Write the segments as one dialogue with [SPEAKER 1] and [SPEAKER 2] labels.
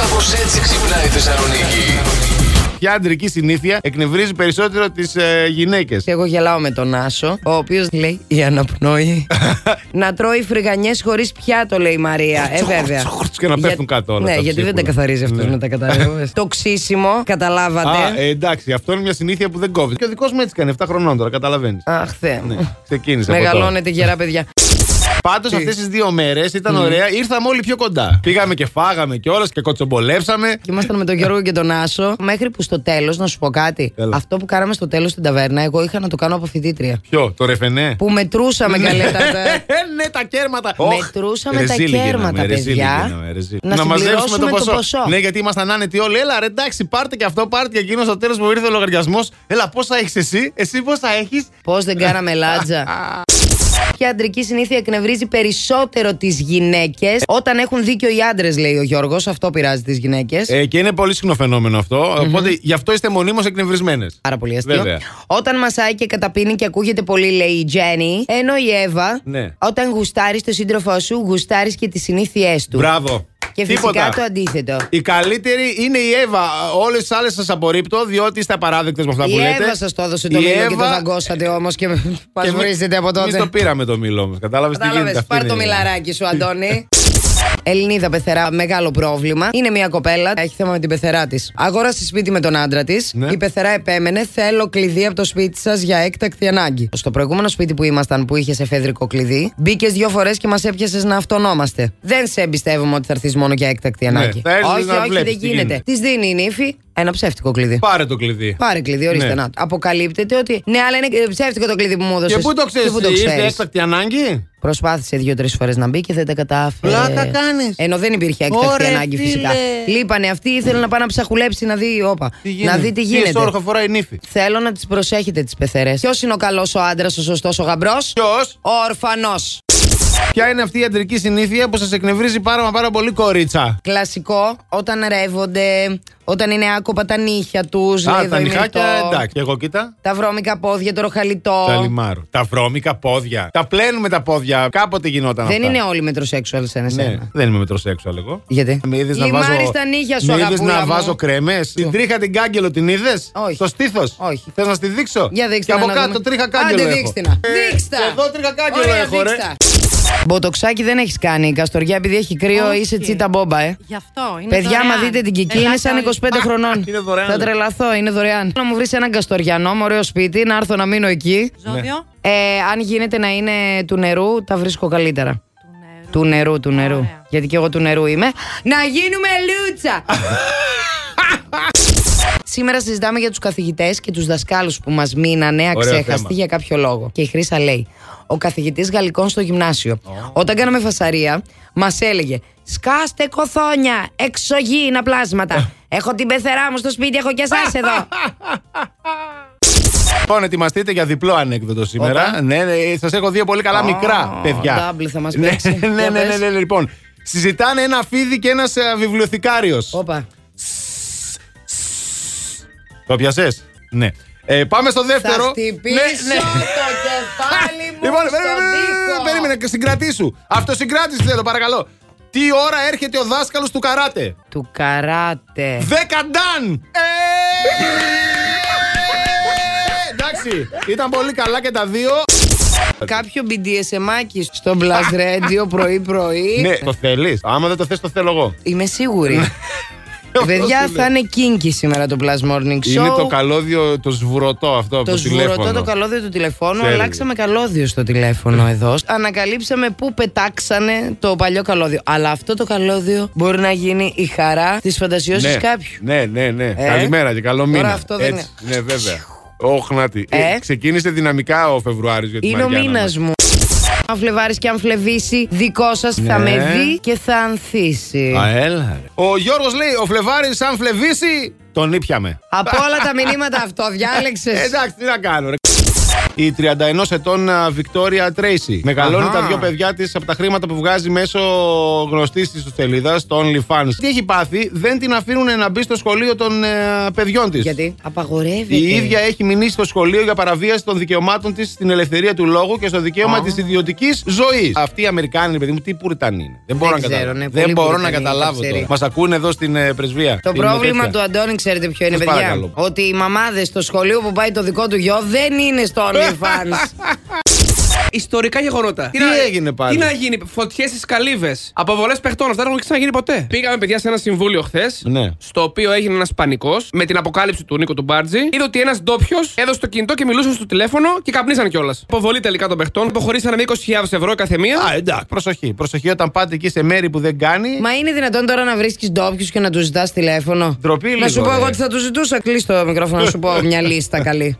[SPEAKER 1] Κάπως έτσι ξυπνάει η Θεσσαλονίκη.
[SPEAKER 2] Ποια αντρική συνήθεια εκνευρίζει περισσότερο τις ε, γυναίκες.
[SPEAKER 3] Και εγώ γελάω με τον Άσο, ο οποίος λέει η αναπνοή. να τρώει φρυγανιές χωρίς πιάτο, λέει η Μαρία. Ε, βέβαια.
[SPEAKER 2] Και να πέφτουν κάτω όλα.
[SPEAKER 3] Ναι,
[SPEAKER 2] τα
[SPEAKER 3] γιατί δεν τα
[SPEAKER 2] ψίχουλα.
[SPEAKER 3] καθαρίζει αυτός
[SPEAKER 2] Ναι.
[SPEAKER 3] μετά κατάλαβε. το ξύσιμο,
[SPEAKER 2] Α,
[SPEAKER 3] καταλάβατε.
[SPEAKER 2] ε, εντάξει, αυτό είναι μια συνήθεια που δεν κόβεις. Και ο δικός μου έτσι κάνει, 7 χρονών τώρα, καταλαβαίνεις.
[SPEAKER 3] Αχ, Θεέ μου.
[SPEAKER 2] Ναι, ξεκίνησε.
[SPEAKER 3] Μεγαλώνετε γερά παιδιά.
[SPEAKER 2] Πάντως αυτές τις δύο μέρες ήταν ωραία, ήρθαμε όλοι πιο κοντά. Πήγαμε και φάγαμε κιόλα και κοτσομπολέψαμε.
[SPEAKER 3] Και ήμασταν με τον Γιώργο και τον Άσο. Μέχρι που στο τέλος, να σου πω κάτι.
[SPEAKER 2] Έλα.
[SPEAKER 3] Αυτό που κάναμε στο τέλος στην ταβέρνα, εγώ είχα να το κάνω από φοιτήτρια.
[SPEAKER 2] Ποιο, το ρεφενέ.
[SPEAKER 3] Που μετρούσαμε καλέ τα. τα-
[SPEAKER 2] ναι, τα κέρματα.
[SPEAKER 3] Μετρούσαμε τα κέρματα, παιδιά. Να
[SPEAKER 2] Να, μαζέψουμε το
[SPEAKER 3] συμπληρώσουμε
[SPEAKER 2] ποσό.
[SPEAKER 3] το ποσό.
[SPEAKER 2] Ναι, γιατί ήμασταν άνετοι όλοι. Έλα, ρε, εντάξει, πάρτε και αυτό, πάρτε και εκείνο. Στο τέλος μου ήρθε ο λογαριασμός. Έλα, πόσα έχεις εσύ, εσύ πόσα έχεις.
[SPEAKER 3] Πώς δεν κάναμε λάτζα. Ποια αντρική συνήθεια εκνευρίζει περισσότερο τις γυναίκες όταν έχουν δίκιο οι άντρες, λέει ο Γιώργος. Αυτό πειράζει τις γυναίκες.
[SPEAKER 2] Ε, και είναι πολύ συχνό φαινόμενο αυτό. Οπότε γι' αυτό είστε μονίμως εκνευρισμένες.
[SPEAKER 3] Πάρα πολύ αστείο.
[SPEAKER 2] Βέβαια.
[SPEAKER 3] Όταν μασάει και καταπίνει και ακούγεται πολύ, λέει η Τζέννη. Ενώ η Εύα,
[SPEAKER 2] Ναι.
[SPEAKER 3] όταν γουστάρεις τον σύντροφό σου, γουστάρεις και τις συνήθειές του.
[SPEAKER 2] Μπράβο.
[SPEAKER 3] Και φυσικά
[SPEAKER 2] Τίποτα.
[SPEAKER 3] το αντίθετο.
[SPEAKER 2] Η καλύτερη είναι η Εύα. Όλες τις άλλες σας απορρίπτω, διότι είστε απαράδεκτες με αυτά
[SPEAKER 3] Η
[SPEAKER 2] που λέτε.
[SPEAKER 3] Εύα σας το έδωσε το
[SPEAKER 2] Η
[SPEAKER 3] μήλο και το
[SPEAKER 2] Εύα-
[SPEAKER 3] δαγκώσατε όμως και μα
[SPEAKER 2] και εμείς-
[SPEAKER 3] βρίζετε από τότε.
[SPEAKER 2] εμείς το πήραμε το μήλο μας. Κατάλαβες τι γίνεται.
[SPEAKER 3] Κατάλαβες.
[SPEAKER 2] αυτή
[SPEAKER 3] Πάρ το
[SPEAKER 2] είναι-
[SPEAKER 3] μιλαράκι σου, Αντώνη. Ελληνίδα πεθερά, μεγάλο πρόβλημα. Είναι μια κοπέλα, έχει θέμα με την πεθερά της. Αγόρασε σπίτι με τον άντρα της.
[SPEAKER 2] Ναι.
[SPEAKER 3] Η πεθερά επέμενε, θέλω κλειδί από το σπίτι σας για έκτακτη ανάγκη. Στο προηγούμενο σπίτι που ήμασταν, που είχε εφεδρικό κλειδί, μπήκες δύο φορές και μας έπιασες να αυτονόμαστε. Δεν σε εμπιστεύομαι ότι θα έρθεις μόνο για έκτακτη ανάγκη.
[SPEAKER 2] Ναι, θα έρθεις
[SPEAKER 3] όχι,
[SPEAKER 2] να
[SPEAKER 3] όχι,
[SPEAKER 2] βλέπεις
[SPEAKER 3] δεν
[SPEAKER 2] τι
[SPEAKER 3] γίνεται.
[SPEAKER 2] γίνεται.
[SPEAKER 3] Της δίνει η νύφη ένα ψεύτικο κλειδί.
[SPEAKER 2] Πάρε το κλειδί.
[SPEAKER 3] Πάρε κλειδί, ορίστε
[SPEAKER 2] Ναι.
[SPEAKER 3] να. το. Αποκαλύπτεται ότι. Ναι, αλλά είναι ε, ψεύτικο το κλειδί που μου έδωσες.
[SPEAKER 2] Και πού το ξέρεις, ήρθε έκτακτη ανάγκη.
[SPEAKER 3] Προσπάθησε δύο-τρει φορές να μπει και δεν τα κατάφερε.
[SPEAKER 2] Πλάκα κάνεις.
[SPEAKER 3] Ενώ δεν υπήρχε έκτακτη
[SPEAKER 2] Ωραία,
[SPEAKER 3] ανάγκη
[SPEAKER 2] φίλε.
[SPEAKER 3] φυσικά. Λείπανε αυτοί, ήθελε να πάει να ψαχουλέψει να δει, όπα, να δει τι
[SPEAKER 2] Τι
[SPEAKER 3] γίνεται.
[SPEAKER 2] εσόρουχα φοράει η νύφη.
[SPEAKER 3] Θέλω να τις προσέχετε τις πεθερές. Ποιος είναι ο καλός ο άντρας, ο σωστός ο γαμπρός.
[SPEAKER 2] Ποιος.
[SPEAKER 3] Ο ορφανός.
[SPEAKER 2] Ποια είναι αυτή η αντρική συνήθεια που σας εκνευρίζει πάρα μα πάρα πολύ κορίτσα.
[SPEAKER 3] Κλασικό, όταν ρεύονται, όταν είναι άκοπα τα νύχια τους.
[SPEAKER 2] Α, τα νυχάκια, εντάξει. Και εγώ κοίτα.
[SPEAKER 3] Τα βρώμικα πόδια, το ροχαλιτό.
[SPEAKER 2] Τα λιμάρω. Τα βρώμικα πόδια. Τα πλένουμε τα πόδια. Κάποτε γινόταν
[SPEAKER 3] Δεν
[SPEAKER 2] αυτά.
[SPEAKER 3] είναι όλοι μετροσέξουαλ σαν εσένα.
[SPEAKER 2] Ναι, δεν είμαι μετροσέξουαλ εγώ.
[SPEAKER 3] Γιατί?
[SPEAKER 2] Με είδες να
[SPEAKER 3] Λιμάρεις
[SPEAKER 2] βάζω.
[SPEAKER 3] τα νύχια σου,
[SPEAKER 2] με είδες
[SPEAKER 3] αγαπούλα
[SPEAKER 2] να
[SPEAKER 3] μου.
[SPEAKER 2] βάζω κρέμες. Την τρίχα την κάγκελο την είδες.
[SPEAKER 3] Όχι.
[SPEAKER 2] Στο στήθος.
[SPEAKER 3] Όχι.
[SPEAKER 2] Θες να στη δείξω.
[SPEAKER 3] Για δείξτε
[SPEAKER 2] Και από
[SPEAKER 3] να
[SPEAKER 2] κάτω
[SPEAKER 3] δούμε.
[SPEAKER 2] τρίχα κάγκελο.
[SPEAKER 3] Άντε
[SPEAKER 2] έχω.
[SPEAKER 3] δείξτε να. Δείξτε.
[SPEAKER 2] και εδώ τρίχα κάγκελο
[SPEAKER 3] Ωραία,
[SPEAKER 2] έχω, ρε.
[SPEAKER 3] δείξτε. Μποτοξάκι δεν έχεις κάνει. Η Καστοριά, επειδή έχει κρύο,
[SPEAKER 4] Όχι.
[SPEAKER 3] είσαι τσίτα μπόμπα, ε.
[SPEAKER 4] Γι' αυτό είναι
[SPEAKER 3] Παιδιά, άμα δείτε την κική, είναι σαν 25 χρονών.
[SPEAKER 2] είναι δωρεάν.
[SPEAKER 3] Θα τρελαθώ, είναι δωρεάν. Να μου βρεις έναν Καστοριανό με ωραίο σπίτι, να έρθω να μείνω εκεί.
[SPEAKER 4] Ζώδιο
[SPEAKER 3] Ε, αν γίνεται να είναι του νερού, τα βρίσκω καλύτερα.
[SPEAKER 4] του νερού.
[SPEAKER 3] Του νερού, του νερού.
[SPEAKER 4] Ωραία.
[SPEAKER 3] Γιατί και εγώ του νερού είμαι. Να γίνουμε λούτσα! Σήμερα συζητάμε για τους καθηγητές και τους δασκάλους που μας μείνανε
[SPEAKER 2] θέμα.
[SPEAKER 3] αξέχαστοι για κάποιο λόγο. Και η Χρήσα λέει: Ο καθηγητής Γαλλικών στο γυμνάσιο, όταν κάναμε φασαρία, μας έλεγε: Σκάστε κοθόνια, εξωγήινα πλάσματα. έχω την πεθερά μου στο σπίτι, έχω και εσάς εδώ.
[SPEAKER 2] Λοιπόν, ετοιμαστείτε για διπλό ανέκδοτο σήμερα.
[SPEAKER 3] Όπα.
[SPEAKER 2] Ναι, ναι, σας έχω δύο πολύ καλά
[SPEAKER 3] Α,
[SPEAKER 2] μικρά παιδιά.
[SPEAKER 3] double θα μας
[SPEAKER 2] Ναι,
[SPEAKER 3] παίξει.
[SPEAKER 2] ναι, ναι,
[SPEAKER 3] Για
[SPEAKER 2] ναι,
[SPEAKER 3] πες.
[SPEAKER 2] ναι, ναι, λοιπόν. Συζητάνε ένα φίδι και ε, ένα βιβλιοθηκάριος.
[SPEAKER 3] Όπα.
[SPEAKER 2] Το πιασέ. Ναι. Ε, πάμε στο
[SPEAKER 3] Θα
[SPEAKER 2] δεύτερο.
[SPEAKER 3] χτυπήσω
[SPEAKER 2] Ναι, ναι.
[SPEAKER 3] το κεφάλι μου
[SPEAKER 2] Λοιπόν,
[SPEAKER 3] στον
[SPEAKER 2] περίμενε,
[SPEAKER 3] τοίχο.
[SPEAKER 2] περίμενε, συγκρατήσου. Αυτοσυγκράτηση θέλω, παρακαλώ. Τι ώρα έρχεται ο δάσκαλος του καράτε.
[SPEAKER 3] Του καράτε.
[SPEAKER 2] Δέκα νταν! Ε! Εντάξει, ήταν πολύ καλά και τα δύο.
[SPEAKER 3] Κάποιο BDSM στο Blast Radio πρωί-πρωί.
[SPEAKER 2] Ναι, το θέλεις. Άμα δεν το θες, το θέλω εγώ.
[SPEAKER 3] Είμαι σίγουρη. Ε, Παιδιά, θα είναι κίνκι σήμερα το Blast Morning Show.
[SPEAKER 2] Είναι το καλώδιο, το σβουρωτό αυτό από
[SPEAKER 3] Το
[SPEAKER 2] το
[SPEAKER 3] σβουρωτό
[SPEAKER 2] τηλέφωνο.
[SPEAKER 3] το καλώδιο του τηλεφώνου.
[SPEAKER 2] Ξέρετε.
[SPEAKER 3] Αλλάξαμε καλώδιο στο τηλέφωνο εδώ. Ανακαλύψαμε πού πετάξανε το παλιό καλώδιο. Αλλά αυτό το καλώδιο μπορεί να γίνει η χαρά της φαντασιώσης
[SPEAKER 2] ναι.
[SPEAKER 3] κάποιου.
[SPEAKER 2] Ναι, ναι, ναι.
[SPEAKER 3] Ε.
[SPEAKER 2] Καλημέρα και καλό
[SPEAKER 3] Τώρα
[SPEAKER 2] μήνα.
[SPEAKER 3] αυτό δεν
[SPEAKER 2] Έτσι. Ναι, βέβαια. Ωχ, να τη.
[SPEAKER 3] Ε.
[SPEAKER 2] Ε, Ξεκίνησε δυναμικά ο Φεβρουάριο για τη
[SPEAKER 3] Είναι ο
[SPEAKER 2] Μαριάννα
[SPEAKER 3] μήνας
[SPEAKER 2] μας.
[SPEAKER 3] μου. Αν φλεβάρεις και αν φλεβήσει, δικό σας
[SPEAKER 2] Ναι.
[SPEAKER 3] θα με δει και θα ανθίσει.
[SPEAKER 2] Α, ε. έλα, ρε. Ο Γιώργος λέει: Ο Φλεβάρης, αν φλεβήσει, τον ήπιαμε. Ε,
[SPEAKER 3] Από όλα τα μηνύματα αυτό διάλεξες.
[SPEAKER 2] Εντάξει, τι να κάνω, ρε. Η η 31 ετών α, Βικτόρια Τρέισι. Μεγαλώνει
[SPEAKER 3] Αχα.
[SPEAKER 2] τα δύο παιδιά της από τα χρήματα που βγάζει μέσω γνωστής της σελίδα, το OnlyFans. Τι έχει πάθει, δεν την αφήνουν να μπει στο σχολείο των ε, παιδιών της.
[SPEAKER 3] Γιατί απαγορεύεται.
[SPEAKER 2] Η ίδια έχει μηνύσει στο σχολείο για παραβίαση των δικαιωμάτων της στην ελευθερία του λόγου και στο δικαίωμα
[SPEAKER 3] Α.
[SPEAKER 2] της ιδιωτικής ζωής. Αυτοί οι Αμερικάνοι, ρε παιδί μου, τι Πουριτανοί είναι. Δεν μπορώ να
[SPEAKER 3] ξέρω,
[SPEAKER 2] καταλάβω.
[SPEAKER 3] ναι,
[SPEAKER 2] δεν
[SPEAKER 3] πολύ
[SPEAKER 2] μπορώ να
[SPEAKER 3] Πουριτανοί είναι,
[SPEAKER 2] καταλάβω
[SPEAKER 3] τα
[SPEAKER 2] τώρα.
[SPEAKER 3] ξέρει.
[SPEAKER 2] Μας ακούνε εδώ στην ε, πρεσβεία.
[SPEAKER 3] Το
[SPEAKER 2] Είναι
[SPEAKER 3] πρόβλημα
[SPEAKER 2] τέτοια.
[SPEAKER 3] του Αντώνη, ξέρετε ποιο είναι,
[SPEAKER 2] Σας
[SPEAKER 3] παιδιά.
[SPEAKER 2] παρακαλώ.
[SPEAKER 3] Ότι οι μαμάδες στο σχολείο που πάει το δικό του γιο δεν είναι στο OnlyFans.
[SPEAKER 4] Ιστορικά γεγονότα.
[SPEAKER 2] Τι έγινε πάλι?
[SPEAKER 4] Τι να γίνει, φωτιές στις καλύβες. Αποβολές παιχτών, αυτά δεν έχουν ξαναγίνει ποτέ. Πήγαμε, παιδιά, σε ένα συμβούλιο χθες.
[SPEAKER 2] Ναι.
[SPEAKER 4] Στο οποίο έγινε ένας πανικός με την αποκάλυψη του Νίκο του Μπάρτζη. Είδε ότι ένας ντόπιος έδωσε το κινητό και μιλούσε στο τηλέφωνο και καπνίσαν κιόλας. Αποβολή τελικά των παιχτών. Υποχωρήσανε με 20.000 ευρώ κάθε μία.
[SPEAKER 2] Α, εντάξει. Προσοχή. Προσοχή όταν πάτε εκεί σε μέρη που δεν κάνει.
[SPEAKER 3] Μα είναι δυνατόν τώρα να βρίσκεις ντόπιους και να τους ζητάς τηλέφωνο.
[SPEAKER 2] Ντροπή
[SPEAKER 3] Να
[SPEAKER 2] λίγο,
[SPEAKER 3] σου πω
[SPEAKER 2] ρε.
[SPEAKER 3] εγώ ότι θα τους ζητούσα. Κλείσει το μικρόφωνο να σου πω μια λίστα καλή.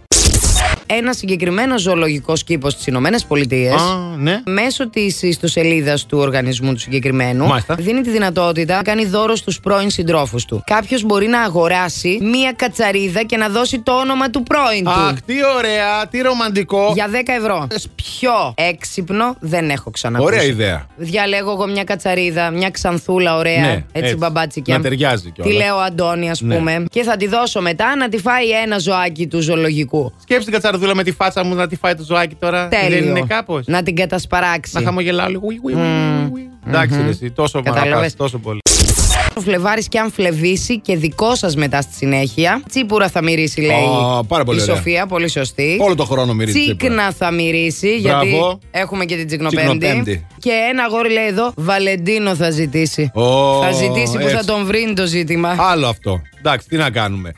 [SPEAKER 3] Ένα συγκεκριμένο ζωολογικός κήπος στις Ηνωμένες Πολιτείες.
[SPEAKER 2] Α, ναι.
[SPEAKER 3] Μέσω της ιστοσελίδας του οργανισμού του συγκεκριμένου,
[SPEAKER 2] Μάλιστα.
[SPEAKER 3] δίνει τη δυνατότητα να κάνει δώρο στους πρώην συντρόφους του. Κάποιος μπορεί να αγοράσει μία κατσαρίδα και να δώσει το όνομα του πρώην του.
[SPEAKER 2] Αχ, τι ωραία, τι ρομαντικό.
[SPEAKER 3] Για 10 ευρώ. Πιο έξυπνο δεν έχω ξανακούσει.
[SPEAKER 2] Ωραία ιδέα.
[SPEAKER 3] Διαλέγω εγώ μια κατσαρίδα, μια ξανθούλα ωραία.
[SPEAKER 2] Ναι,
[SPEAKER 3] Ε, έτσι,
[SPEAKER 2] έτσι.
[SPEAKER 3] μπαμπάτσικια.
[SPEAKER 2] Να ταιριάζει κιόλας.
[SPEAKER 3] Τη λέω Αντώνη, ας
[SPEAKER 2] Ναι.
[SPEAKER 3] πούμε. Και θα τη δώσω μετά να τη φάει ένα ζωάκι του ζωολογικού.
[SPEAKER 2] Σκέψτε την κατσαρδούλα με τη φάτσα μου να τη φάει το ζωάκι τώρα.
[SPEAKER 3] Τέλειο.
[SPEAKER 2] Δεν είναι κάπως. Να...
[SPEAKER 3] Να την κατασπαράξει.
[SPEAKER 2] χαμογελάω λίγο. Ουι, ουι, ουι, ουι. Εντάξει, ρε, εσύ, τόσο
[SPEAKER 3] Κατάλαβες.
[SPEAKER 2] αγαπάς, τόσο πολύ.
[SPEAKER 3] Ο Φλεβάρη και αν φλεβήσει και δικό σας μετά στη συνέχεια. Τσίπουρα θα μυρίσει, λέει.
[SPEAKER 2] Α, πάρα πολύ
[SPEAKER 3] η
[SPEAKER 2] ωραία.
[SPEAKER 3] Σοφία, πολύ σωστή.
[SPEAKER 2] Όλο το χρόνο μυρίζει τσίπουρα.
[SPEAKER 3] Τσίκνα θα μυρίσει,
[SPEAKER 2] Μπράβο.
[SPEAKER 3] γιατί έχουμε και την τσικνοπέμπτη.
[SPEAKER 2] Τσικνοπέμπτη.
[SPEAKER 3] Και ένα αγόρι λέει εδώ, Βαλεντίνο θα ζητήσει.
[SPEAKER 2] Ω,
[SPEAKER 3] θα ζητήσει που θα
[SPEAKER 2] έτσι.
[SPEAKER 3] τον βρει το ζήτημα.
[SPEAKER 2] Άλλο αυτό. Εντάξει, τι να κάνουμε.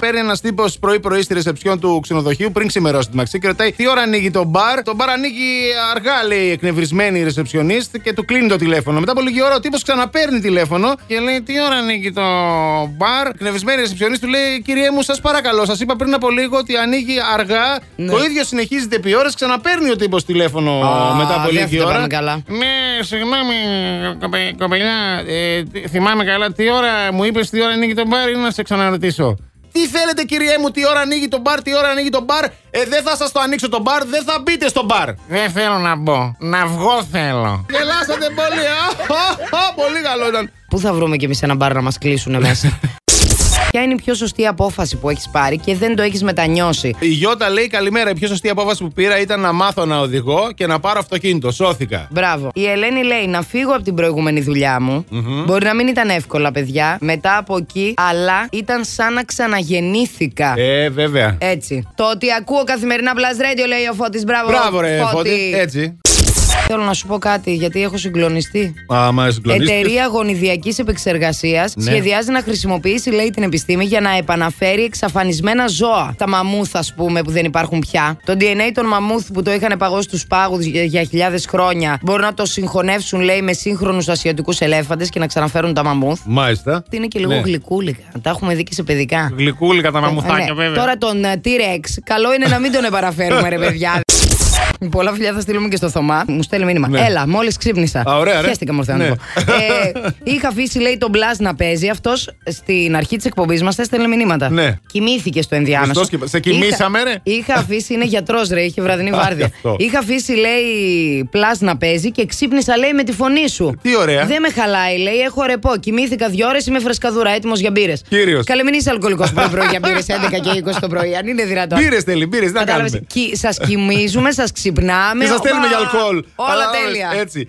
[SPEAKER 2] Παίρνει ένας τύπος πρωί-πρωί στη ρεσεψιόν του ξενοδοχείου πριν ξημερώσει τη μαξί και ρωτάει τι ώρα ανοίγει το μπαρ. Το μπαρ ανοίγει αργά, λέει εκνευρισμένη η ρεσεψιονίστ και του κλείνει το τηλέφωνο. Μετά από λίγη ώρα ο τύπος ξαναπαίρνει τηλέφωνο και λέει τι ώρα ανοίγει το μπαρ. Εκνευρισμένη η ρεσεψιονίστ του λέει Κυρία μου, σας παρακαλώ, σας είπα πριν από λίγο ότι ανοίγει αργά.
[SPEAKER 3] Ναι.
[SPEAKER 2] Το ίδιο συνεχίζεται επί ώρες. Ξαναπαίρνει ο τύπος τηλέφωνο
[SPEAKER 3] Α,
[SPEAKER 2] μετά από
[SPEAKER 3] δεν θα
[SPEAKER 2] λίγη
[SPEAKER 3] τα
[SPEAKER 2] ώρα.
[SPEAKER 3] πάμε καλά.
[SPEAKER 2] Ναι, συγγνώμη, κοπε- κοπελιά. Ε, τι- θυμάμαι καλά τι ώρα μου είπες, τι ώρα ανοίγει το μπαρ, ή να σε ξαναρωτήσω. Τι θέλετε, κύριέ μου, τι ώρα ανοίγει το μπαρ, τι ώρα ανοίγει το μπαρ. Ε, δεν θα σας το ανοίξω το μπαρ, δεν θα μπείτε στο μπαρ. Δεν θέλω να μπω. Να βγω θέλω. Γελάσατε πολύ, α! Α, α, Πολύ καλό ήταν.
[SPEAKER 3] Πού θα βρούμε κι εμείς ένα μπαρ να μας κλείσουν μέσα. Ποια είναι η πιο σωστή απόφαση που έχεις πάρει και δεν το έχεις μετανιώσει.
[SPEAKER 2] Η Γιώτα λέει καλημέρα. Η πιο σωστή απόφαση που πήρα ήταν να μάθω να οδηγώ και να πάρω αυτοκίνητο. Σώθηκα.
[SPEAKER 3] Μπράβο. Η Ελένη λέει να φύγω από την προηγούμενη δουλειά μου. Μπορεί να μην ήταν εύκολα, παιδιά. Μετά από εκεί, αλλά ήταν σαν να ξαναγεννήθηκα.
[SPEAKER 2] Ε, βέβαια.
[SPEAKER 3] Έτσι. Το ότι ακούω καθημερινά Blast Radio λέει ο Φώτης. Μπράβο,
[SPEAKER 2] Μπράβο, ρε, Φώτη. Έτσι.
[SPEAKER 3] Θέλω να σου πω κάτι, γιατί έχω συγκλονιστεί.
[SPEAKER 2] Α, μα συγκλονίστηκες.
[SPEAKER 3] Εταιρεία γονιδιακής επεξεργασίας
[SPEAKER 2] Ναι.
[SPEAKER 3] σχεδιάζει να χρησιμοποιήσει, λέει, την επιστήμη για να επαναφέρει εξαφανισμένα ζώα. Τα μαμούθ, ας πούμε, που δεν υπάρχουν πια. Το DNA των μαμούθ που το είχαν παγώσει στου πάγους για, για χιλιάδες χρόνια μπορούν να το συγχωνεύσουν, λέει, με σύγχρονους ασιατικούς ελέφαντες και να ξαναφέρουν τα μαμούθ.
[SPEAKER 2] Μάλιστα.
[SPEAKER 3] Είναι και λίγο
[SPEAKER 2] Ναι.
[SPEAKER 3] γλυκούλικα. Τα έχουμε δει και σε παιδικά.
[SPEAKER 2] Γλυκούλη κατά μαμουθάκια,
[SPEAKER 3] Ναι.
[SPEAKER 2] βέβαια.
[SPEAKER 3] Τώρα τον ε, T-Rex, καλό είναι να μην τον επαναφέρουμε, ρε παιδιά. Πολλά φιλιά θα στείλουμε και στο Θωμά. Μου στέλνει μήνυμα.
[SPEAKER 2] Ναι.
[SPEAKER 3] Έλα, μόλις ξύπνησα.
[SPEAKER 2] Α, ωραία, ρε.
[SPEAKER 3] Χαίστηκα, μου ήρθε να
[SPEAKER 2] Ναι.
[SPEAKER 3] το πω. ε, είχα αφήσει, λέει, τον Μπλάζ να παίζει. Αυτός στην αρχή της εκπομπής μας έστελνε μηνύματα.
[SPEAKER 2] Ναι.
[SPEAKER 3] Κοιμήθηκε στο ενδιάμεσο.
[SPEAKER 2] Σωστός και- σε κοιμήσαμε,
[SPEAKER 3] Είχα-
[SPEAKER 2] ρε.
[SPEAKER 3] Είχα αφήσει, είναι γιατρός, ρε, είχε βραδινή
[SPEAKER 2] Α,
[SPEAKER 3] βάρδια.
[SPEAKER 2] γι' αυτό.
[SPEAKER 3] είχα αφήσει, λέει, Πλάζ να παίζει και ξύπνησα, λέει, με τη φωνή σου.
[SPEAKER 2] Τι ωραία.
[SPEAKER 3] Δεν με χαλάει, λέει, έχω ρεπό. Κοιμήθηκα δύο ώρες, είμαι φρεσκαδούρα, έτοιμος για μπύρες.
[SPEAKER 2] Κύριος.
[SPEAKER 3] Καλέ, μην είσαι αλκοολικός πρωί-πρωί για μπύρες 11 και 20 το πρωί, αν είναι δυνατόν.
[SPEAKER 2] Πήρε τέλει, πήρε. Να
[SPEAKER 3] Κατάλαβες.
[SPEAKER 2] κάνουμε.
[SPEAKER 3] Σας κοιμίζουμε, σας ξυπνάμε.
[SPEAKER 2] Και σας στέλνουμε
[SPEAKER 3] οπα,
[SPEAKER 2] για αλκοόλ. ε,
[SPEAKER 3] Όλα
[SPEAKER 2] Αλλά,
[SPEAKER 3] τέλεια.
[SPEAKER 2] όλες, Έτσι.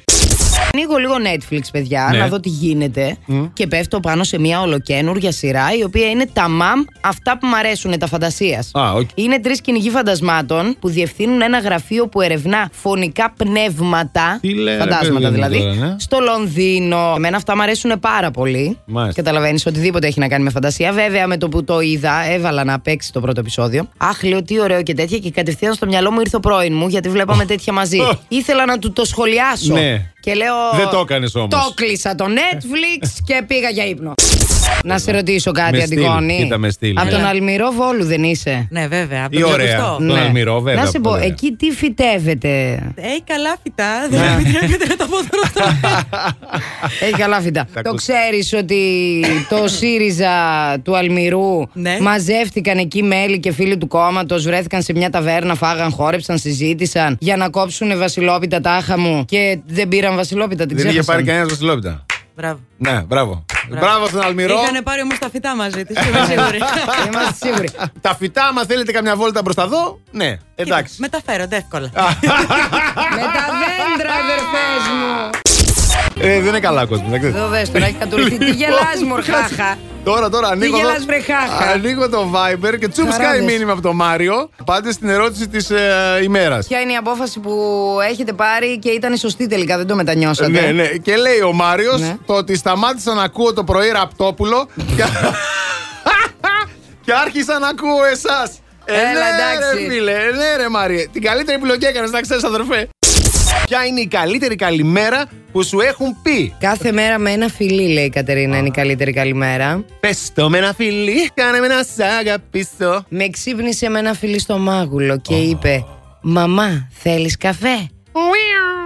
[SPEAKER 3] Ανοίγω λίγο Netflix, παιδιά,
[SPEAKER 2] Ναι.
[SPEAKER 3] να δω τι γίνεται. Και πέφτω πάνω σε μια ολοκένουργια σειρά η οποία είναι τα μαμ αυτά που μου αρέσουν, τα φαντασίας.
[SPEAKER 2] Α, οκ.
[SPEAKER 3] Είναι τρεις κυνηγοί φαντασμάτων που διευθύνουν ένα γραφείο που ερευνά φωνικά πνεύματα.
[SPEAKER 2] Τι λέει, ρε, παιδί
[SPEAKER 3] φαντάσματα
[SPEAKER 2] μου
[SPEAKER 3] δηλαδή.
[SPEAKER 2] τώρα, ναι.
[SPEAKER 3] Στο Λονδίνο. Εμένα αυτά μου αρέσουν πάρα πολύ.
[SPEAKER 2] Μάλιστα.
[SPEAKER 3] Καταλαβαίνεις οτιδήποτε έχει να κάνει με φαντασία. Βέβαια, με το που το είδα, έβαλα να παίξει το πρώτο επεισόδιο. Αχ, λέω τι ωραίο και τέτοια. Και κατευθείαν στο μυαλό μου ήρθε ο πρώην μου, γιατί βλέπαμε τέτοια μαζί. Ήθελα να του το σχολιάσω.
[SPEAKER 2] Ναι.
[SPEAKER 3] Και λέω.
[SPEAKER 2] Δεν το έκανες όμως.
[SPEAKER 3] Το κλείσα το Netflix και πήγα για ύπνο. Να σε ρωτήσω κάτι,
[SPEAKER 2] Με στυλ,
[SPEAKER 3] Αντιγόνη.
[SPEAKER 2] κοίτα, με στυλ.
[SPEAKER 3] Από τον
[SPEAKER 2] Έλα.
[SPEAKER 3] Αλμυρό Βόλου δεν είσαι.
[SPEAKER 5] Ναι, βέβαια. Από
[SPEAKER 2] Ή
[SPEAKER 5] τον
[SPEAKER 2] ωραία.
[SPEAKER 5] Λαγουστό.
[SPEAKER 2] Ναι. Τον Αλμυρό, βέβαια,
[SPEAKER 3] Να σε
[SPEAKER 2] από
[SPEAKER 3] πω,
[SPEAKER 2] τον Αλμυρό.
[SPEAKER 3] εκεί τι φυτεύεται.
[SPEAKER 5] Έχει καλά φυτά. Δεν επιτρέπεται να τα πω τώρα.
[SPEAKER 3] Έχει καλά φυτά.
[SPEAKER 2] Τα
[SPEAKER 3] το
[SPEAKER 2] ακούς.
[SPEAKER 3] ξέρεις ότι το ΣΥΡΙΖΑ του Αλμυρού
[SPEAKER 5] Ναι.
[SPEAKER 3] μαζεύτηκαν εκεί μέλη και φίλοι του κόμματος, βρέθηκαν σε μια ταβέρνα, φάγαν, χόρεψαν, συζήτησαν για να κόψουν βασιλόπιτα τάχα μου και δεν πήραν βασιλόπιτα. Την
[SPEAKER 2] Δεν είχε
[SPEAKER 3] ξέχασαν.
[SPEAKER 2] πάρει κανένας βασιλόπιτα.
[SPEAKER 5] Μπράβο.
[SPEAKER 2] Ναι, μπράβο. Μπράβο στον Αλμυρό.
[SPEAKER 5] Είχαν πάρει όμως τα φυτά μαζί της, είμαι σίγουρη.
[SPEAKER 3] Είμαστε σίγουροι.
[SPEAKER 2] Τα φυτά, άμα θέλετε καμιά βόλτα μπροστά εδώ, ναι, εντάξει.
[SPEAKER 5] Μεταφέρονται εύκολα.
[SPEAKER 3] Με τα δέντρα, αδερφές μου.
[SPEAKER 2] Ε, δεν είναι καλά κόσμος. εντάξει.
[SPEAKER 3] Εδώ δες τώρα, έχει κατουρηθεί. Τι γελάς,
[SPEAKER 2] Λοιπόν,
[SPEAKER 3] μορχάχα.
[SPEAKER 2] Τώρα, τώρα ανοίγω.
[SPEAKER 3] γελάς,
[SPEAKER 2] το-
[SPEAKER 3] βρε, χάχα.
[SPEAKER 2] Ανοίγω το Viber και τσουμ σκάει
[SPEAKER 3] Χαράδες.
[SPEAKER 2] μήνυμα από τον Μάριο. Πάτε στην ερώτηση της ε, ημέρας.
[SPEAKER 3] Ποια είναι η απόφαση που έχετε πάρει και ήταν η σωστή τελικά, δεν το μετανιώσατε.
[SPEAKER 2] Ναι, ναι. Και λέει ο Μάριος
[SPEAKER 3] Ναι.
[SPEAKER 2] το ότι σταμάτησα να ακούω το πρωί ραπτόπουλο και, και άρχισα να ακούω εσάς. Ε,
[SPEAKER 3] Έλα,
[SPEAKER 2] ναι,
[SPEAKER 3] εντάξει.
[SPEAKER 2] ρε, φίλε. Ε, ναι, ρε, Μάριε. Την καλύτερη επιλογή έκανες, να ξέρεις, αδερφέ. Ποια είναι η καλύτερη καλημέρα που σου έχουν πει.
[SPEAKER 3] Κάθε μέρα με ένα φιλί, λέει η Κατερίνα, είναι η καλύτερη καλημέρα.
[SPEAKER 2] Πες το με ένα φιλί, κάνε με ένα σ' αγαπήσω.
[SPEAKER 3] Με ξύπνησε με ένα φιλί στο μάγουλο και είπε «Μαμά, θέλεις καφέ»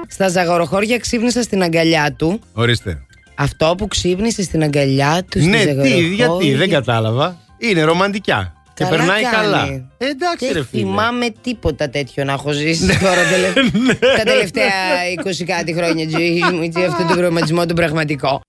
[SPEAKER 3] Στα ζαγοροχώρια ξύπνησα στην αγκαλιά του
[SPEAKER 2] Ορίστε.
[SPEAKER 3] Αυτό που ξύπνησε στην αγκαλιά του στα
[SPEAKER 2] Ναι, τι,
[SPEAKER 3] ζαγοροχώρια-
[SPEAKER 2] γιατί, δεν κατάλαβα. Είναι ρομαντικά. Και
[SPEAKER 3] Καλά
[SPEAKER 2] περνάει
[SPEAKER 3] κάνει.
[SPEAKER 2] καλά. Ε, Εντάξει,
[SPEAKER 3] Δεν
[SPEAKER 2] ρε φίλε. Ναι,
[SPEAKER 3] θυμάμαι τίποτα τέτοιο να έχω ζήσει τώρα τελε- τα τελευταία 20 κάτι χρόνια. ζωής μου, έτσι, Αυτόν τον χρωματισμό τον πραγματικό.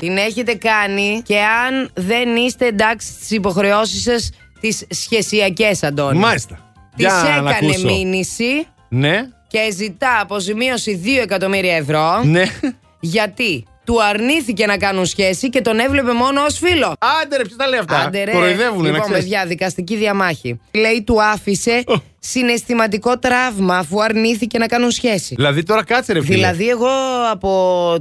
[SPEAKER 3] Την έχετε κάνει και αν δεν είστε εντάξει στις υποχρεώσεις σας, τις σχεσιακές, Αντώνη.
[SPEAKER 2] Μάλιστα.
[SPEAKER 3] Της
[SPEAKER 2] Για να
[SPEAKER 3] έκανε
[SPEAKER 2] ακούσω.
[SPEAKER 3] μήνυση
[SPEAKER 2] Ναι,
[SPEAKER 3] και ζητά αποζημίωση 2 εκατομμύρια ευρώ
[SPEAKER 2] ναι.
[SPEAKER 3] γιατί του αρνήθηκε να κάνουν σχέση και τον έβλεπε μόνο ως φίλο.
[SPEAKER 2] Άντε ρε, ποιος τα λέει αυτά.
[SPEAKER 3] Άντε ρε.
[SPEAKER 2] Κοροϊδεύουνε, να
[SPEAKER 3] λοιπόν,
[SPEAKER 2] ξέρεις.
[SPEAKER 3] παιδιά, δικαστική διαμάχη. Λέει, του άφησε συναισθηματικό τραύμα αφού αρνήθηκε να κάνουν σχέση.
[SPEAKER 2] Δηλαδή τώρα κάτσε ρε φίλε.
[SPEAKER 3] Δηλαδή, εγώ από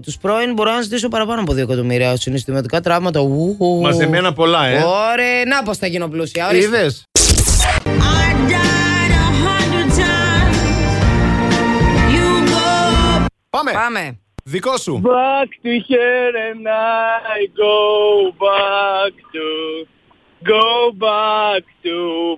[SPEAKER 3] του πρώην μπορώ να ζητήσω παραπάνω από 2 εκατομμύρια. Συναισθηματικά τραύματα. ου, ου, ου.
[SPEAKER 2] Μαζεμένα πολλά, ε.
[SPEAKER 3] Ωρε, να πώ θα γίνω πλούσια. ορίστε.
[SPEAKER 2] Είδες. Πάμε.
[SPEAKER 3] Πάμε.
[SPEAKER 2] Δικό σου.
[SPEAKER 6] Back to here and I go back to go back to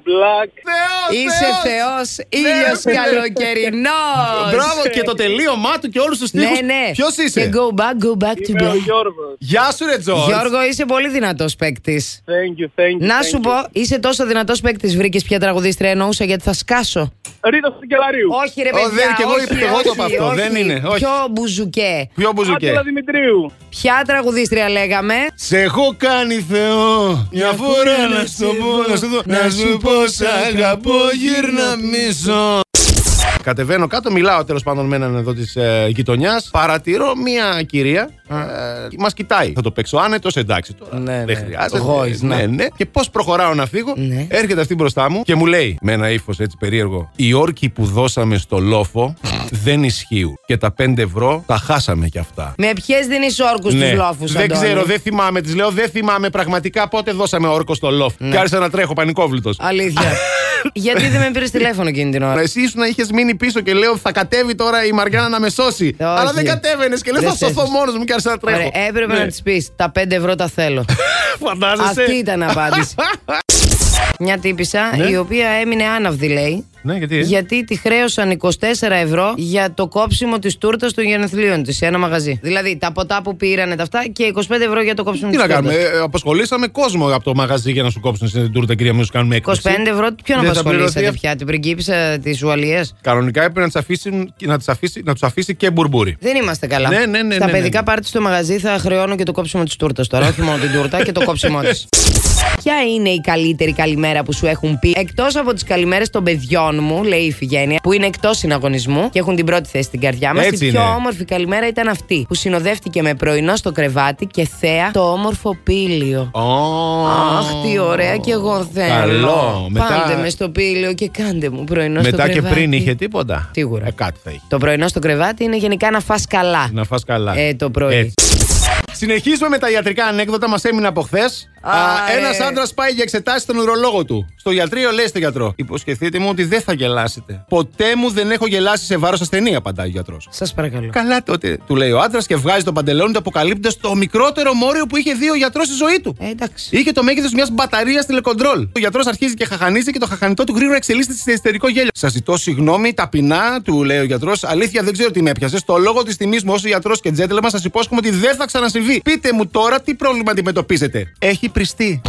[SPEAKER 6] black.
[SPEAKER 2] Θεός,
[SPEAKER 3] Είσαι
[SPEAKER 2] θεός. Ναι,
[SPEAKER 3] θεός, ήλιος καλοκαιρινός.
[SPEAKER 2] Μπράβο και το τελείωμά του και όλους τους
[SPEAKER 3] Ναι,
[SPEAKER 2] στίχους.
[SPEAKER 3] ναι.
[SPEAKER 2] Ποιος είσαι.
[SPEAKER 3] Και go back, go back to
[SPEAKER 6] Είμαι Ε, ο
[SPEAKER 3] black.
[SPEAKER 6] Γιώργος.
[SPEAKER 2] Γεια σου ρε Τζόρτζ.
[SPEAKER 3] Γιώργο, είσαι πολύ δυνατός παίκτης.
[SPEAKER 6] Thank you, thank you.
[SPEAKER 3] Να
[SPEAKER 6] thank
[SPEAKER 3] σου
[SPEAKER 6] you.
[SPEAKER 3] πω, είσαι τόσο δυνατός παίκτης. Βρήκες πια τραγουδίστρια εννοούσα γιατί θα σκάσω.
[SPEAKER 6] Ρίτος του Κελαρίου.
[SPEAKER 3] Όχι, ρε
[SPEAKER 2] Ω,
[SPEAKER 3] παιδιά.
[SPEAKER 2] δεν, κι εγώ-
[SPEAKER 3] όχι,
[SPEAKER 2] εγώ το
[SPEAKER 3] όχι,
[SPEAKER 2] είπα αυτό,
[SPEAKER 3] όχι.
[SPEAKER 2] δεν είναι, όχι.
[SPEAKER 3] Ποιο μπουζουκέ.
[SPEAKER 2] Ποιο μπουζουκέ.
[SPEAKER 6] Άτελα Δημητρίου.
[SPEAKER 3] Ποια τραγουδίστρια λέγαμε.
[SPEAKER 2] Σε έχω κάνει Θεό Μια φορά να σου το πω Να σου, το- να σου πω σ' αγαπώ γύρνα μίσο Κατεβαίνω κάτω, μιλάω τέλος πάντων με έναν εδώ της ε, γειτονιάς. Παρατηρώ μία κυρία. Ε, Μας κοιτάει. Θα το παίξω άνετος, εντάξει τώρα.
[SPEAKER 3] Ναι,
[SPEAKER 2] δεν
[SPEAKER 3] ναι.
[SPEAKER 2] χρειάζεται.
[SPEAKER 3] Γόης,
[SPEAKER 2] ναι,
[SPEAKER 3] να.
[SPEAKER 2] ναι. Και πώς προχωράω να φύγω,
[SPEAKER 3] Ναι.
[SPEAKER 2] έρχεται αυτή μπροστά μου και μου λέει με ένα ύφος έτσι περίεργο: Οι όρκοι που δώσαμε στο λόφο δεν ισχύουν. Και τα 5 ευρώ τα χάσαμε κι αυτά.
[SPEAKER 3] Με ποιες δίνεις όρκους
[SPEAKER 2] Ναι.
[SPEAKER 3] τους λόφους,
[SPEAKER 2] Δεν ξέρω, δεν θυμάμαι. Τη λέω, δεν θυμάμαι πραγματικά πότε δώσαμε όρκο στο λόφ.
[SPEAKER 3] Ναι.
[SPEAKER 2] Και άρχισα να τρέχω πανικόβλητος.
[SPEAKER 3] Αλήθεια. Γιατί δεν με πήρες τηλέφωνο εκείνη την ώρα.
[SPEAKER 2] Εσύ ήσουν είχες μείνει πίσω και λέω, θα κατέβει τώρα η Μαριάννα να με σώσει. Αλλά δεν κατέβαινες και λέω,
[SPEAKER 3] Ε, Δεν
[SPEAKER 2] θα σωθώ
[SPEAKER 3] σέφεσαι.
[SPEAKER 2] μόνος μου και άρχισα να τρέχω. Ναι.
[SPEAKER 3] Ωραία, έπρεπε να της πεις τα 5 ευρώ τα θέλω.
[SPEAKER 2] Φαντάζεσαι.
[SPEAKER 3] Αυτή ήταν η απάντηση. Μια τύπησα η οποία έμεινε άναυδη, λέει.
[SPEAKER 2] Ναι, γιατί. ε?
[SPEAKER 3] Γιατί τη χρέωσαν 24 ευρώ για το κόψιμο της τούρτας των γενεθλίων της σε ένα μαγαζί. Δηλαδή τα ποτά που πήρανε τα αυτά και 25 ευρώ για το κόψιμο
[SPEAKER 2] Τι
[SPEAKER 3] της
[SPEAKER 2] να
[SPEAKER 3] τούρτας.
[SPEAKER 2] κάνουμε, ε, απασχολήσαμε κόσμο από το μαγαζί για να σου κόψουν στην τούρτα, κυρία μου, να σου κάνουμε
[SPEAKER 3] 25
[SPEAKER 2] έκπληξη.
[SPEAKER 3] ευρώ, ποιον
[SPEAKER 2] ε, Δεν θα
[SPEAKER 3] απασχολήσατε
[SPEAKER 2] πληρωθεί.
[SPEAKER 3] πια, την πριγκίπισσα της Ουαλίας.
[SPEAKER 2] Κανονικά έπρεπε να τους αφήσει, να τους αφήσει, να τους αφήσει και μπουρμπούρι.
[SPEAKER 3] Δεν είμαστε καλά.
[SPEAKER 2] Ναι, ναι, ναι,
[SPEAKER 3] Στα
[SPEAKER 2] ναι, ναι.
[SPEAKER 3] παιδικά πάρτι στο μαγαζί θα χρεώνω και το κόψιμο της τούρτας τώρα. Όχι μόνο την τούρτα και το κόψιμο της. Ποια είναι η καλύτερη καλημέρα που σου έχουν πει, εκτός από τις καλημέρες των παιδιών μου, λέει η Φιγένεια, που είναι εκτός συναγωνισμού και έχουν την πρώτη θέση στην καρδιά μας. Η
[SPEAKER 2] Έτσι
[SPEAKER 3] πιο
[SPEAKER 2] είναι.
[SPEAKER 3] όμορφη καλημέρα ήταν αυτή, που συνοδεύτηκε με πρωινό στο κρεβάτι και θέα το όμορφο πήλιο.
[SPEAKER 2] Ω.
[SPEAKER 3] Αχ, τι ωραία και εγώ θέλω.
[SPEAKER 2] Καλό. Μετά-
[SPEAKER 3] Πάντε με στο πήλιο και κάντε μου πρωινό στο
[SPEAKER 2] Μετά
[SPEAKER 3] κρεβάτι.
[SPEAKER 2] και πριν είχε τίποτα.
[SPEAKER 3] Σίγουρα.
[SPEAKER 2] Ε, κάτι θα είχε.
[SPEAKER 3] Το πρωινό στο κρεβάτι είναι γενικά να φας καλά.
[SPEAKER 2] Να φας καλά.
[SPEAKER 3] Ε, το πρωί.
[SPEAKER 2] Έτσι. Συνεχίζουμε με τα ιατρικά ανέκδοτα. Μας έμεινε από χθες
[SPEAKER 3] Άρε.
[SPEAKER 2] Ένας άντρας πάει για εξετάσεις στον ουρολόγο του. Στο ιατρείο λέει στον γιατρό: Υποσχεθείτε μου ότι δεν θα γελάσετε. Ποτέ μου δεν έχω γελάσει σε βάρος ασθενή, απαντάει ο γιατρός.
[SPEAKER 3] Σας παρακαλώ.
[SPEAKER 2] Καλά τότε, του λέει ο άντρας και βγάζει το παντελόνι του αποκαλύπτοντας το μικρότερο μόριο που είχε δει ο γιατρός στη ζωή του.
[SPEAKER 3] Ε, εντάξει.
[SPEAKER 2] Είχε το μέγεθος μιας μπαταρίας τηλεκοντρόλ. Ο γιατρός αρχίζει και χαχανίζει και το χαχανιτό του γρήγορα εξελίσσεται σε ιστερικό γέλιο. Σας ζητώ συγγνώμη, ταπεινά, του λέει ο γιατρός. Αλήθεια, δεν ξέρω τι με έπιασε. Στο λόγο της τιμής μου ω γιατρός και τζέντελμα, σας υπόσχομαι ότι δεν θα ξανασυμβεί. Πείτε μου τώρα τι πρόβλημα αντιμετωπίζετε. Έχει πριστεί.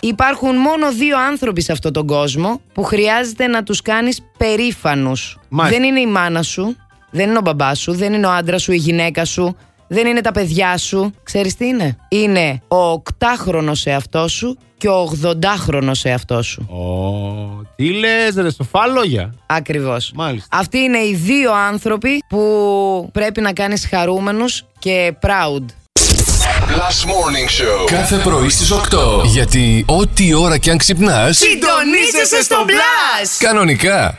[SPEAKER 3] Υπάρχουν μόνο δύο άνθρωποι σε αυτόν τον κόσμο που χρειάζεται να τους κάνεις περήφανους.
[SPEAKER 2] Μάλιστα.
[SPEAKER 3] Δεν είναι η μάνα σου, δεν είναι ο μπαμπάς σου, δεν είναι ο άντρας σου, η γυναίκα σου, δεν είναι τα παιδιά σου. Ξέρεις τι είναι? Είναι ο 8χρονος εαυτός σου και ο 80χρονος εαυτός σου.
[SPEAKER 2] Ω, τι λες, ρε, σοφά λόγια.
[SPEAKER 3] Ακριβώς.
[SPEAKER 2] Μάλιστα.
[SPEAKER 3] Αυτοί είναι οι δύο άνθρωποι που πρέπει να κάνεις χαρούμενους και proud.
[SPEAKER 1] Last Morning Show. Κάθε πρωί στις 8. Γιατί ό,τι ώρα κι αν ξυπνάς,
[SPEAKER 3] Συντονίζεσαι στο Blast!
[SPEAKER 1] κανονικά